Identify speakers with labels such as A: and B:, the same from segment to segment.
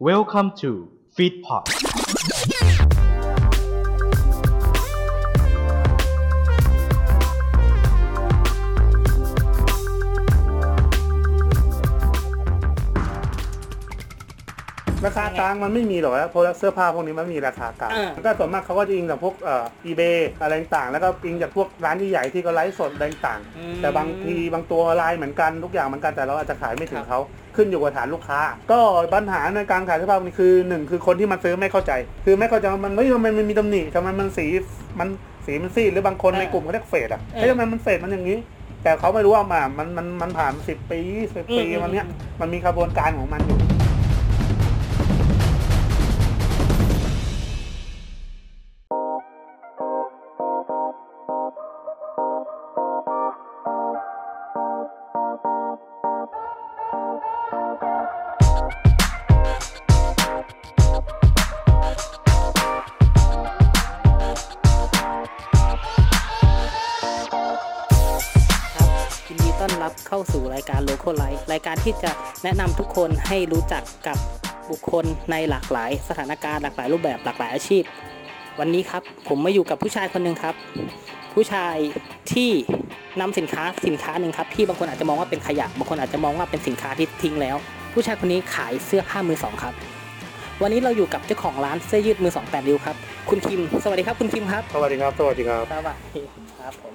A: Welcome to Feedpot
B: ราคากลางมันไม่มีหรอกนะเพราะเสื้อผ้าพวกนี้มันไม่มีราคากลาง
C: เออ
B: ก็ส่วนมากเขาก็จะอิงจากพวกเอ่อ eBay อะไรต่างๆแล้วก็อิงจากพวกร้านใหญ่ๆที่เขาไลฟ์สดอะไรต่างๆแต่บางทีบางตัวลายเหมือนกันทุกอย่างเหมือนกันแต่เราอาจจะขายไม่ถึงเขาขึ้นอยู่กับฐานลูกค้า ก็ปัญหาในการขายเสื้อผ้าพวกนี้คือหนึ่งคือคนที่มันซื้อไม่เข้าใจ คือไม่เข้าใจว่ามันเฮ้ยทำไมมันมีตำหนิทำไมมันสีมันสีมันซีดหรือบางคนในกลุ่มเขาเรียกเฟดอ่ะเฮ้ยทำไมมันเฟดมันอย่างนี้ แต่เขาไม่รู้ว่ามามันมันมันผ่านสิบปีสิบปี
C: อืมอืม
B: มันเนี้ยมันมีกระบวนการของมันอยู่
C: ครับยินดีต้อนรับเข้าสู่รายการโลโก้ไลฟ์รายการที่จะแนะนำทุกคนให้รู้จักกับบุคคลในหลากหลาย สถานการณ์หลากหลายรูปแบบหลากหลายอาชีพ วันนี้ครับผมมาอยู่กับผู้ชายคนหนึ่งครับ ผู้ชายที่นำสินค้าสินค้าหนึ่งครับที่บางคนอาจจะมองว่าเป็นขยะบางคนอาจจะมองว่าเป็นสินค้าที่ทิ้งแล้ว ผู้ชายคนนี้ขายเสื้อผ้ามือสองครับ วันนี้เราอยู่กับเจ้าของร้านเสื้อยืดมือสองแปดริ้วครับคุณคิม สวัสดีครับคุณคิมครับ
B: สวัสดีครับ สวัสดีครับ
C: สวัสดีครับผม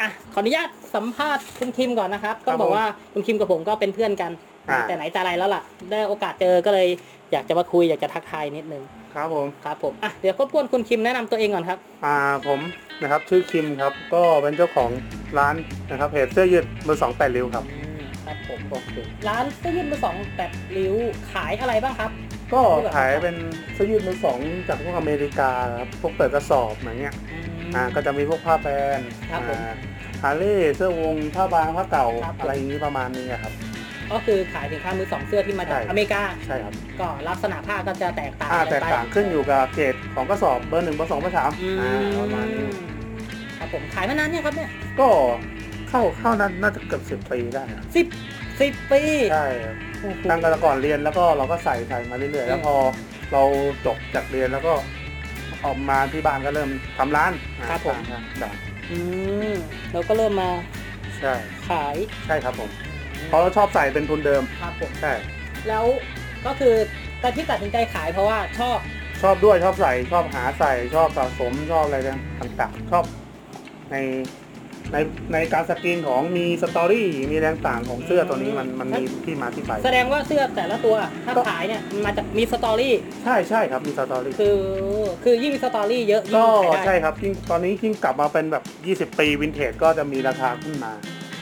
C: อ่ะ ขออนุญาตสัมภาษณ์คุณคิมก่อนนะครับ
B: ครั
C: ก็
B: บ
C: บอก
B: ผม
C: ว่าคุณคิมกับผมก็เป็นเพื่อนกัน
B: อ่า
C: แต่ไหนแต่ไรแล้วล่ะ ได้โอกาสเจอก็เลยอยากจะมาคุยอยากจะทักทายนิดนึง
B: ครับผม
C: ครับผม อ่ะ เดี๋ยวก็พวนคุณคิมแนะนำตัวเองก่อนครับ
B: อ่าผมนะครับชื่อคิมครับ ก็เป็นเจ้าของร้านนะครับเพจเสื้อยืดมือสองแปดริ้วครับ
C: ครับผมโอเคร้านเสื้อยืดมือสองแปดริ้วขายอะไรบ้างครับ
B: ก็ขายเป็นเสื้อยืดมือสองจากพวกอเมริกาครับพวกเปิดกระสอบอย่างเงี้ยอ่าก็จะมีพวกผ้าแบรนด์
C: ครับผม
B: ฮาร์เลย์เสื้อวงผ้าบางผ้าเก่า
C: ครับผม
B: อะไรอย่างนี้ประมาณนี้ครับ
C: ก็คือขายสินค้ามือสองเสื้อที่มาจาก
B: ใช่
C: อเมริกา
B: ใช่ครับ
C: ก็ลักษณะผ้าก็จะแตกต่าง
B: อ่า
C: กันไป
B: แตกต่างขึ้นอยู่กับเกรดของกระสอบเบอร์หนึ่งเบอร์สองเบอร์สาม
C: อืม
B: อ่าประมาณนี้
C: ครับผมขายมานานเนี่ยงครับเนี่ย
B: ก็เข้าเข้านั้นน่าจะเกือบสิบปีได้ครับ
C: สิบสิบปี
B: ใช่ครับ
C: โอ้โห
B: ตั้งแต่ก่อนเรียนแล้วก็เราก็ใส่ใส่มาเรื่อยๆ แล้วพอเราจบจากเรียนแล้วก็ออกมาที่บ้านก็เริ่มทำร้าน
C: ครับผม
B: อ่าร้าน
C: อืมเราก็เริ่มมา
B: ใช่
C: ขาย
B: ใช่ครับผมเพราะเราชอบใส่เป็นทุนเดิม
C: ครับผม
B: ใช่
C: แล้วก็คือแต่ที่ตัดสินใจขายเพราะว่าชอบ
B: ชอบด้วยชอบใส่ชอบหาใส่ชอบสะสมชอบอะไรต่างๆ ชอบในในในการสกรีนของมีสตอรี่มีแรงต่างของเสื้อตัวนี้มันมันมีที่มาที่ไป
C: แสดงว่าเสื้อแต่ละตัวถ้า
B: ก็
C: ขายเนี่ยมันมาจากมีสตอรี่
B: ใช่ใช่ครับมีสตอรี่
C: คือคือยิ่งมีสตอรี่เยอะยิ่
B: ก็
C: งขาย
B: ใช่
C: ได้
B: ครับยิ่งตอนนี้ยิ่งกลับมาเป็นแบบ 20 ปีวินเทจก็จะมีราคาขึ้นมา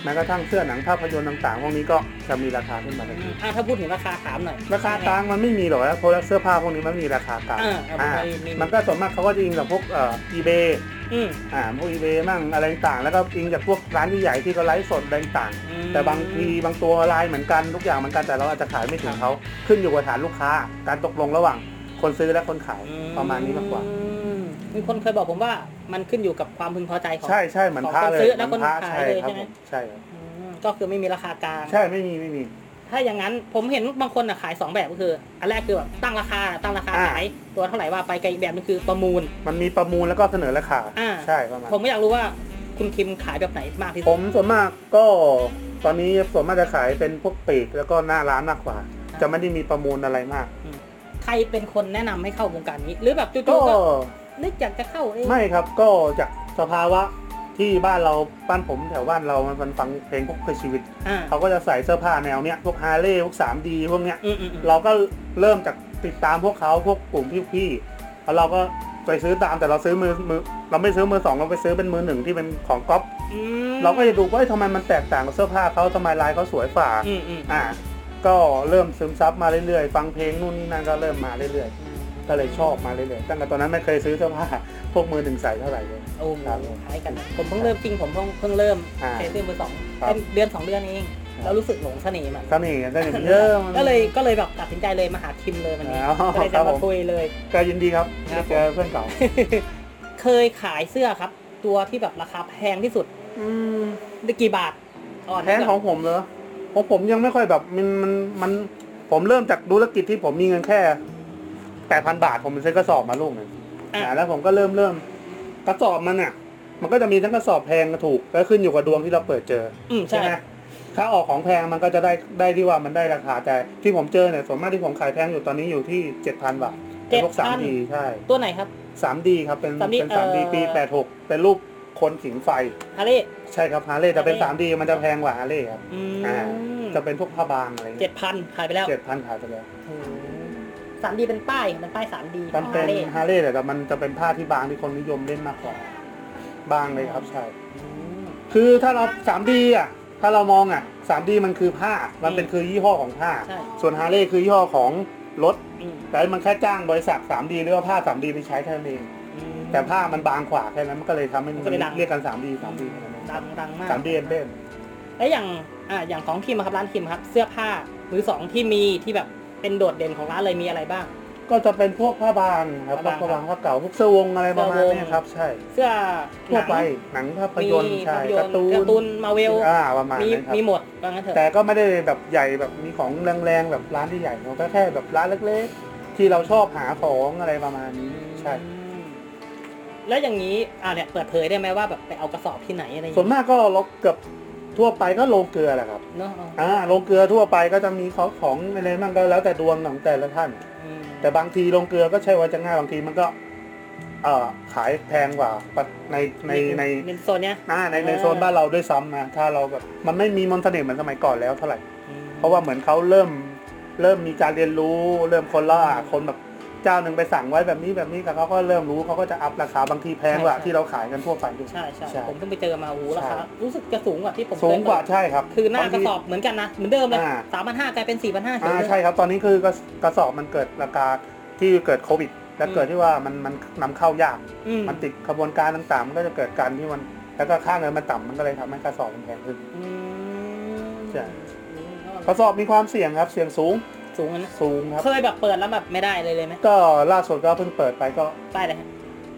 B: แม้กระทั่งเสื้อหนังภาพยนตร์ต่างๆ พวกนี้ก็จะมีราคาขึ้นมาทัน
C: อื
B: ที
C: มอ่ะถ้าพูดถึงราคาถามหน่อย
B: ราคากลางมันไม่มีหรอกนะเพราะว่าเสื้อผ้าพวกนี้มันไม่มีราคากลาง
C: อ่า
B: อ่า
C: ไม่มี
B: มันก็ส่วนมากเขาก็จะอิงกับพวกเอ่อ eBay
C: อืม
B: อ่าพวก eBay มั่งอะไรต่างๆ แล้วก็อิงจากพวกร้านใหญ่ๆที่เขาไลฟ์สดอะไรต่างๆ
C: อืม
B: แต่บางทีบางตัวลายเหมือนกันทุกอย่างเหมือนกันแต่เราอาจจะขายไม่ถึงเขาขึ้นอยู่กับฐานลูกค้า การตกลงระหว่างคนซื้อและคนขายประมาณนี้มากกว่า
C: อืมมีคนเคยบอกผมว่ามันขึ้นอยู่กับความพึงพอใจของ
B: ใช่ใช่เหมือนพระ
C: ของคน
B: เลย
C: ซื้อและคน
B: เหมือพระ
C: ขาย
B: ใช่
C: เลย
B: ครับผ
C: ใช่ไห
B: ม มใช่ครับ
C: อืมก็คือไม่มีราคากลาง
B: ใช่ไม่มีไม่มี
C: ถ้าอย่างนั้นผมเห็นบางคนน่ะขายสองแบบก็คือ อันแรกคือแบบตั้งราคาตั้งราคา
B: อ่า
C: ขายตัวเท่าไหร่ว่าไปกับอีกแบบนึงคือประมูล
B: มันมีประมูลแล้วก็เสนอราคา
C: อ่า
B: ใช่ประมาณ
C: ผมก็อยากรู้ว่าคุณคิมขายแบบไหนมากที่
B: ผ
C: สุด
B: มส่วนมากก็ตอนนี้ส่วนมากจะขายเป็นพวกปีกแล้วก็หน้าร้านมากกว่า
C: ครับ
B: จะไม่ได้มีประมูลอะไรมาก
C: ใครเป็นคนแนะนำให้เข้าวงการนี้ หรือแบบจู่ๆ
B: ก็
C: ก็นึกอยากจะเข้าเอง
B: ไม่ครับก็จากสภาวะที่บ้านเราบ้านผมแถวบ้านเรามันฟังเพลงพวกเพื่อชีวิต
C: อ่า
B: เขาก็จะใส่เสื้อผ้าแนวเนี้ยพวกฮาร์เลย์พวก 3D พวกเนี้ย
C: อืมอืมอืม
B: เราก็เริ่มจากติดตามพวกเขาพวกกลุ่มพี่ๆแล้วเราก็ไปซื้อตามแต่เราซื้อมือมือเราไม่ซื้อมือสองเราไปซื้อเป็นมือหนึ่งที่เป็นของก๊อป
C: อืม
B: เราก็จะดูว่าเอ้ยทำไมมันแตกต่างกับเสื้อผ้าเขาทำไมลายเขาสวยฝ่า
C: อืมอืม
B: อ่า ก็เริ่มซึมซับมาเรื่อยๆ ฟังเพลงนู่นนี่นั่นก็เริ่มมาเรื่อยๆ ก็เลยชอบมาเรื่อยๆ ตั้งแต่ตอนนั้นไม่เคยซื้อเสื้อผ้า พวกมือหนึ่งใส่เท่าไหร่เลย
C: โอ้โห
B: ครับผม
C: คล้ายกันนะผมเพิ่งเริ่มจริงผมเพิ่งเพิ่งเริ่ม
B: อ่า
C: เทสเตอร์มือสอง
B: ครับ
C: เป็นเดือนสองเดือนเอง
B: ครับ
C: เรารู้สึกหลงเสน่ห์มัน
B: ก็นี่ก็นี่เยอะมัน
C: ก็เลยก็เลยแบบตัดสินใจเลยมาหาคิมเลยวันนี้
B: อ๋อ
C: ก็เลย
B: ครั
C: จะ
B: บผม
C: มาคุยเลย
B: ก็ยินดีครับ
C: ครับ
B: เจอเพื่อนเก่า
C: เคยขายเสื้อครับ ตัวที่แบบราคาแพงที่สุด
B: อืม
C: ได้กี่บาท
B: แท้ของผมเหรอของผมยังไม่ค่อยแบบมันมันมัน ผมเริ่มจากธุรกิจที่ผมมีเงินแค่แปดพันบาท ผมซื้อกระสอบมาลูกหนึ่ง
C: อ่ะ
B: นะแล้วผมก็เริ่มเริ่มกระสอบมันอ่ะ มันก็จะมีทั้งกระสอบแพงกับถูกก็ขึ้นอยู่กับดวงที่เราเปิดเจอ
C: อืม
B: ใช่
C: ใช่
B: ไหมถ้าออกของแพงมันก็จะได้ได้ที่ว่ามันได้ราคาแต่ที่ผมเจอเนี่ยส่วนมากที่ผมขายแพงอยู่ตอนนี้อยู่ที่เจ็ดพันบาทเป็
C: เจ็
B: น
C: ด
B: พวกสา
C: พั
B: ม
C: น
B: ดีใช่
C: ตัวไหนครับ
B: สามดีครับเป็น
C: 3D
B: เป็นสามดี
C: เอ่อ
B: ปีแปดหกเป็นรูปคนสิงไฟ
C: อะไร่
B: ใช่ครับฮาร์เลย์แต่เป็นสามดีมันจะแพงกว่าฮาร์เลย์ครับ
C: อื
B: อ่า
C: ม
B: จะเป็นพวกผ้าบางอะไร
C: เจ็ดพันขายไปแล้ว
B: เจ็ดพันขายไปแล้ว
C: สามดีเป็นป้ายเป็นป้ายสามดี
B: มันเป็นฮาร์เลย์แต่มันจะเป็นผ้าที่บางที่คนนิยมเล่นมากกว่าบางเลยครับใช่ คือถ้าเราสามดีอ่ะถ้าเรามองอ่ะสามดีมันคือผ้ามันเป็นคือยี่ห้อของผ้า
C: ใช่
B: ส่วนฮาร์เลย์คือยี่ห้อของรถ
C: อืม
B: แต่มันแค่จ้างบริษัท 3D หรือว่าผ้า 3D ไปใช้แค่นั้นเอง
C: อืม
B: แต่ผ้ามันบางขวาแค่นั้นมันก็เลยทำให้
C: มันก็เลยดัง
B: เรียกกัน 3D 3D แค่นั้นเอง
C: ดังดังมาก
B: 3D เอ็นเบน
C: แล้วอย่างอ่าอย่างของคิมอะครับร้านคิมครับ เสื้อผ้ามือสองที่มีที่แบบเป็นโดดเด่นของร้านเลยมีอะไรบ้าง
B: ก็จะเป็นพวกผ้าบางครับพวก
C: ผ้า
B: ผ้า
C: บา
B: บาง ง
C: ครับ
B: ผ้าเก่าพวกเสื้อวงอะไรประมาณ
C: เสื้อวง
B: เนี้ยครับ ใช่
C: เสื้อ
B: ทั่วไป
C: หนัง
B: หนังภาพยนตร์
C: มี
B: ใช่
C: ภาพยน
B: กา
C: ตร์
B: ร์ตูน
C: การ์ตูนมาเวล
B: อ่าประมาณ
C: มี
B: นั้นครับ
C: มีหมดว่างั้นเถอะ
B: แต่ก็ไม่ได้แบบใหญ่แบบมีของแรงๆแบบร้านที่ใหญ่เราก็แค่แบบร้านเล็กๆ ที่เราชอบหาของอะไรประมาณนี้ใช่
C: อืมแล้วอย่างนี้อ่าเนี่ยเปิดเผยได้ไหมว่าแบบไปเอากระสอบที่ไหนอะไรอย่าง
B: ส่วน
C: เงี้ย
B: มากก็เราเกือบทั่วไปก็โรงเกลือแหละครับ
C: เนาะอ๋อ
B: อ่าโรงเกลือทั่วไปก็จะมีของของอะไรบ้างก็แล้วแต่ดวงของแต่ละท่าน
C: อืม
B: แต่บางทีโรงเกลือก็ใช่ว่าจะง่ายบางทีมันก็เอ่อขายแพงกว่าในในใน
C: ในโซนเนี้ย
B: อ่าในใน
C: เออ
B: โซนบ้านเราด้วยซ้ำนะถ้าเราแบบมันไม่มีมนต์เสน่ห์เหมือนสมัยก่อนแล้วเท่าไหร่เพราะว่าเหมือนเขาเริ่มเริ่มมีการเรียนรู้เริ่มคนล่าคนแบบเจ้าหนึ่งไปสั่งไว้แบบนี้แบบนี้กับเขาก็เริ่มรู้เขาก็จะอัพราคาบางทีแพงกว่าที่เราขายกันทั่วไปด้วย
C: ใช่ใช่
B: ใช่
C: ผมเพิ่งไปเจอมาโอ้โหราคา
B: ใช่
C: รู้สึกจะสูงกว่าที่ผมเคย
B: สูงกว่า
C: เปิด
B: ใช่ครับ
C: คือหน้า
B: บง
C: กระ
B: ที
C: สอบเหมือนกันนะเหมือนเดิมเลย
B: อ่า
C: สามพันห้ากลายเป็นสี่พันห้า
B: อ่าใช่ครับตอนนี้คือกระกระสอบมันเกิดราคาที่เกิดโควิด และ
C: อืม
B: เกิดที่ว่ามันมันนำเข้ายากมันติดกระบวนการต่างๆ มันก็จะเกิดการที่มันแล้วก็ค่าเงินมันต่ำมันก็เลยทำให้กระสอบมันแพงขึ้น
C: อืม
B: ใช่
C: อืม
B: กระสอบมีความเสี่ยงครับเสี่ยงสูง
C: สูงอะนะ
B: สูงครับ
C: เคยแบบเปิดแล้วแบบไม่ได้เลยเลยไหม
B: ก็ล่าสุดก็เพิ่งเปิดไปก็
C: ได้เลยฮะ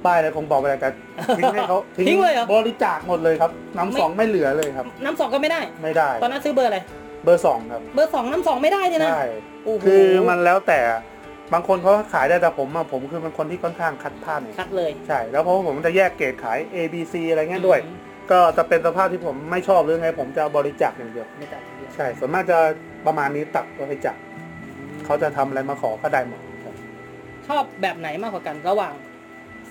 B: ป้ายอะไรคงบอกไปแล้วแต่ทิ้งให้เขา
C: ทิ้งเลยเหรอบ
B: ริจาคหมดเลยครับ
C: ไม่
B: น้ำสองไม่เหลือเลยครับ
C: น้ำสองก็ไม่ได้
B: ไม่ได้
C: ตอนนั้นซื้อเบอร์อะไร
B: เบอร์สองครับ
C: เบอร์สองน้ำสองไม่ได้เนี่ยนะ
B: ใช่
C: โโห
B: คือมันแล้วแต่บางคนเขาก็ขายได้แต่ผมอะผมคือเป็นคนที่ค่อนข้างคัดพลาด
C: คัดเลย
B: ใช่ แล้วเพราะว่าผมจะแยกเกรดขาย A B C อะไรเงี้ยด้วย ก็จะเป็นสภาพที่ผมไม่ชอบหรือไง ผมจะบริจาคอย่างเดียว
C: ไม่ตัดทีเดียว
B: ใช่ ส่วนมากจะประมาณนี้ตักบริจาคเขาจะทำอะไรมาขอก็ได้หมดครับ
C: ชอบแบบไหนมากกว่ากันระหว่าง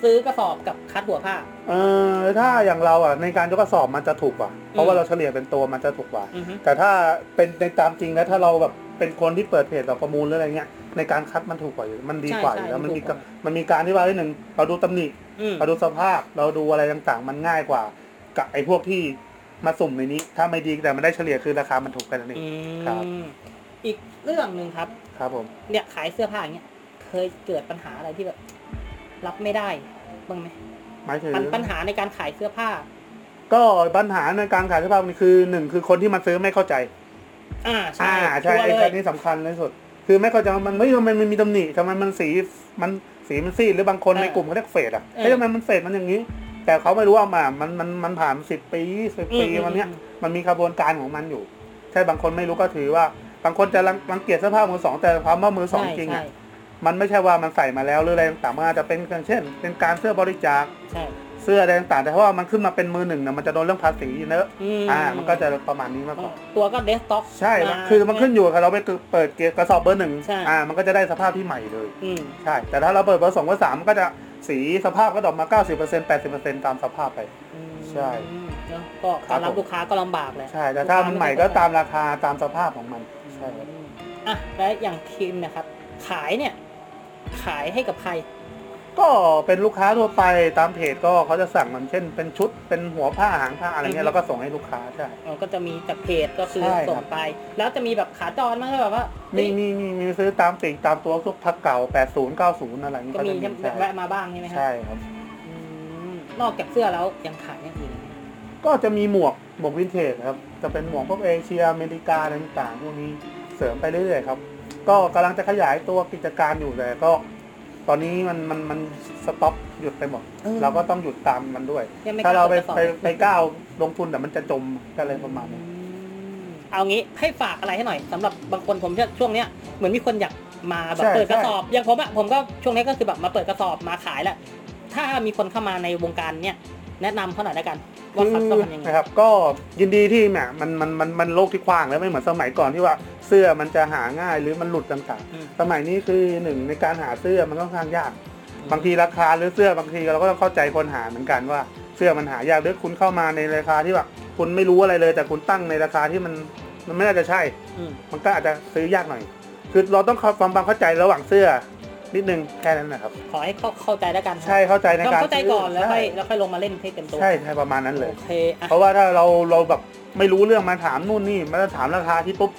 C: ซื้อกระสอบกับคัดหัวผ้า
B: เออถ้าอย่างเราอ่ะในการยกกระสอบมันจะถูกกว่า เพราะ
C: อื
B: ว่าม เราเฉลี่ยเป็นตัวมันจะถูกกว่า
C: อือฮึ
B: แต่ถ้าเป็นในตามจริงแล้วถ้าเราแบบเป็นคนที่เปิดเพจแบบประมูลหรืออะไรเงี้ยในการคัดมันถูกกว่าอยู่มันดีกว่าอยู่แล้วมันมีกะมันมีการที่ว่าที่หนึ่งเราดูตำหนิ
C: อืม
B: เราดูสภาพเราดูอะไรต่างๆ มันง่ายกว่า กับไอ้พวกที่มาสุ่มในนี้ ถ้าไม่ดีแต่มันได้เฉลี่ยคือราคามันถูกกันนั่นเอง
C: อื
B: ครับ
C: มอีกเรื่องหนึ่งครับ
B: ครับผม
C: เนี่ยขายเสื้อผ้าอย่างเงี้ยเคยเกิดปัญหาอะไรที่แบบ รับไม่ได้บ้างไหม
B: หมายถึง
C: ปัญปัญหาในการขายเสื้อผ้า
B: ก็ปัญหาในการขายเสื้อผ้ามันคือหนึ่งคือคนที่มาซื้อไม่เข้าใจ
C: อ่าใช่
B: อ่าใช่
C: ชัวร์
B: ไอ้
C: เล
B: ชั
C: ย
B: นนี้สำคัญที่สุด คือไม่เข้าใจว่ามันไม่ทำไมมันมีตำหนิทำไมมันสีมันสีมันซีดหรือบางคน
C: เออ
B: ในกลุ่มเขาเรียกเฟดอ่ะ
C: เออ
B: เฮ้ยทำไมมันเฟดมันอย่างนี้ แต่เขาไม่รู้ว่ามามันมันมันผ่านสิบปีสิบปี
C: อืม
B: มันเนี้ย
C: อืม
B: มันมีกระบวนการของมันอยู่ ใช่บางคนไม่รู้ก็ถือว่าบางคนจะรังรังเกียจเสื้อผ้ามือสองแต่ความว่ามือสองจริง
C: ใช่
B: อ่ะ มันไม่ใช่ว่ามันใส่มาแล้วหรืออะไรต่างๆมันอาจจะเป็นเช่น เป็นการเสื้อบริจาค
C: ใช่
B: เสื้ออะไรต่างๆแต่ถ้าว่ามันขึ้นมาเป็นมือหนึ่งเนี่ยมันจะโดนเรื่องภาษีเยอะ
C: ม
B: อ่า มันก็จะประมาณนี้มากกว่า
C: ตัวก็เดสก์ท็อป
B: ใช่
C: า
B: คือมันขึ้นอยู่กับเราไปเปิดเกียร์กระสอบเบอร์หนึ่ง
C: ใช่
B: อ่ามันก็จะได้สภาพที่ใหม่เลย
C: อืม
B: ใช่ แต่ถ้าเราเปิดเบอร์สองเบอร์สามมันก็จะสีสภาพก็ดรอกมา 90% 80%ตามสภาพไป
C: อืม
B: ใช่
C: เนอะก็
B: ครั
C: การ
B: บ
C: รับ
B: ผม
C: ลูกค้าก็ลำบากแหละ
B: ใช่แต่ถ้ามันใหม่ก็ตามราคาตามสภาพของมันใช่ครับ
C: อืมอ่ะและอย่างคิมนะครับ ขายเนี่ย ขายให้กับใคร
B: ก็เป็นลูกค้าทั่วไปตามเพจก็เขาจะสั่งมันเช่น เป็นชุดเป็นหัวผ้าหางผ้าอะไรเงี้ยเราก็ส่งให้ลูกค้าใช่
C: เราก็จะมีจากเพจก็คือ
B: ใช่ครับ
C: ส่งไป แล้วจะมีแบบขาจรมั้งก็แบบว่า
B: มี
C: เอ้ย
B: มีมีมีซื้อตามติ่งตามตัวพวกพักเก่า 80 90 อะไรอย่างเงี้ย
C: ก็มี
B: จะใช่
C: แวะมาบ้างใช่ไหมครั
B: ใช่ครับ
C: อืมนอกจากเสื้อแล้วยังขายอย่างอื่นไหม
B: ก็จะมีหมวกหมวกวินเทจครับ จะเป็นหมวกพวกเอเชียอเมริกาอะไรต่างๆพวกนี้เสริมไปเรื่อยๆครับ ก็กำลังจะขยายตัวกิจการอยู่แต่ก็ ตอนนี้มันมันมันสต็อปหยุดไปหมด
C: ออ
B: เราก็ต้องหยุดตามมันด้วย
C: ยังม่
B: ถ้าเราไป
C: กล้
B: ไป
C: ปิดกะสอบ
B: ไปก้าวลงทุนแต่มันจะจมก็เลยประมาณนี้
C: อืม เอางี้ให้ฝากอะไรให้หน่อยสำหรับบางคนผมเชื่อช่วงเนี้ยเหมือนมีคนอยากมาแบบ
B: ใช่
C: เปิดกระ
B: ใช่
C: สอบอย่างผมอะผมก็ช่วงนี้ก็คือแบบมาเปิดกระสอบมาขายแหละถ้ามีคนเข้ามาในวงการเนี้ยแนะนำเขาหน่อยละกันว่าเขาต้องทำยังไง
B: นะครับก็ยินดีที่แหมมันมันมันมันโลกที่กว้างแล้วไม่เหมือนสมัยก่อนที่ว่าเสื้อมันจะหาง่ายหรือมันหลุดต่าง
C: อืม
B: ๆ สมัยนี้คือหนึ่งในการหาเสื้อมันค่อนข้างยาก บางทีราคาหรือเสื้อบางทีเราก็ต้องเข้าใจคนหาเหมือนกันว่าเสื้อมันหายากหรือคุณเข้ามาในราคาที่แบบคุณไม่รู้อะไรเลย แต่คุณตั้งในราคาที่มันมันไม่น่าจะใช่
C: อืม
B: มันก็อาจจะซื้อยากหน่อย คือเราต้องเข้าความเข้าใจระหว่างเสื้อนิดนึงแค่นั้นนะครับ
C: ขอให้เข้าเข้าใจแล้วกัน
B: ใช่เข้าใจใน
C: ต้อง
B: การ
C: เข้าใจก่อนแล้วค่อ
B: ใช่
C: ยแล้วค่อยลงมาเล่นให้เต็มตัว
B: ใช่ใช่ประมาณนั้นเลย
C: โอเคอ่ะ
B: เพราะว่าถ้าเราเราแบบไม่รู้เรื่องมาถามนู่นนี่มาถามราคาที่ปุ๊บ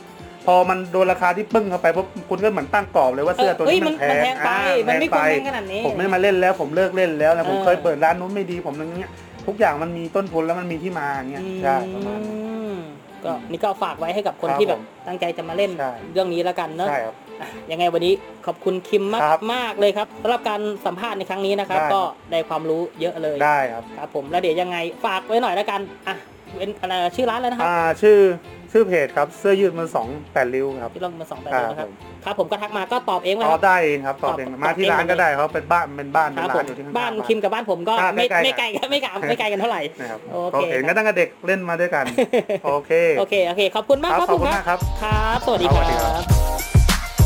B: พอมันโดนราคาที่ปึ้งเข้าไปปุ๊บคุณก็เหมือนตั้งกรอบเลยว่าเสื้อตัว
C: เอ้ย
B: นี้
C: มั
B: มัน นแพ
C: มัน
B: ง
C: แพงไป
B: อ่า
C: มันไม่ควร
B: แพ
C: แพ
B: ง
C: ง
B: ไป
C: ขนาดนี้
B: ผมไม่มาเล่นแล้วผมเลิกเล่นแล้วนะผม
C: เออ
B: เคยเปิดร้านนู้นไม่ดีผมอย่างเงี้ยทุกอย่างมันมีต้นทุนแล้วมันมีที่มาอย่างเงี้ยใช่ประมาณนั้น
C: อืมก็นี่ก็ฝากไว้ให้กับคน
B: ครับ
C: ที่แบ
B: ผ
C: บ
B: ม
C: ตั้งใจจะมาเล่น
B: ใช่
C: เรื่องนี้แล้วกันเนอะ
B: ใช่ครับ
C: อ่ะยังไงวันนี้ขอบคุณคิมมาก
B: ครับ
C: มากเลยครับสำหรับการสัมภาษณ์ในครั้งนี้นะครับ
B: ได้
C: ก็ได้ความรู้เยอะเลย
B: ได้ครับ
C: ครับผมแล้วเดี๋ยวยังไงฝากไว้หน่อยแล้วกันอ่ะเป็นอะไรชื่อร้านแล้วนะครับ
B: อ่าชื่อชื่อเพจครับเสื้อยืดมือสองแปดริ้วครับ
C: ที่ลงมาสองแปด
B: อ่า
C: เลยนะครับครับผมก็ทักมาก็ตอบเอง
B: ต
C: นะค
B: อ
C: รั
B: บบ ได้เองครับตอบเอง
C: ตอบ
B: มาที่
C: เอง
B: ร้านก็ได้ครับเป็นบ้านเป็นบ้าน
C: ค
B: เป็น
C: รับผ
B: ร้าน
C: ม
B: อยู่ที่ข้าง
C: บ้าน
B: ๆ
C: คิมกับบ้านผมก็
B: อ่า
C: ไม่
B: ใกล้ๆกัน
C: ไม่ไกลกันไม่ไกลไม่ไกลกันเท่าไหร่
B: นะครับ
C: โอเค
B: ก็เห็นก็ตั้งแต่เด็กเล่นมาด้วยกัน โอเค
C: โอเคโอเคขอบคุณมาก
B: ค
C: ค
B: รั
C: รั
B: บบ ขอบ
C: คุณ
B: คุณ
C: ค
B: มา
C: รับ
B: กครับ
C: ครับสวัสดี
B: ครับสวัสดี
C: ค
B: ครั
C: รับ บ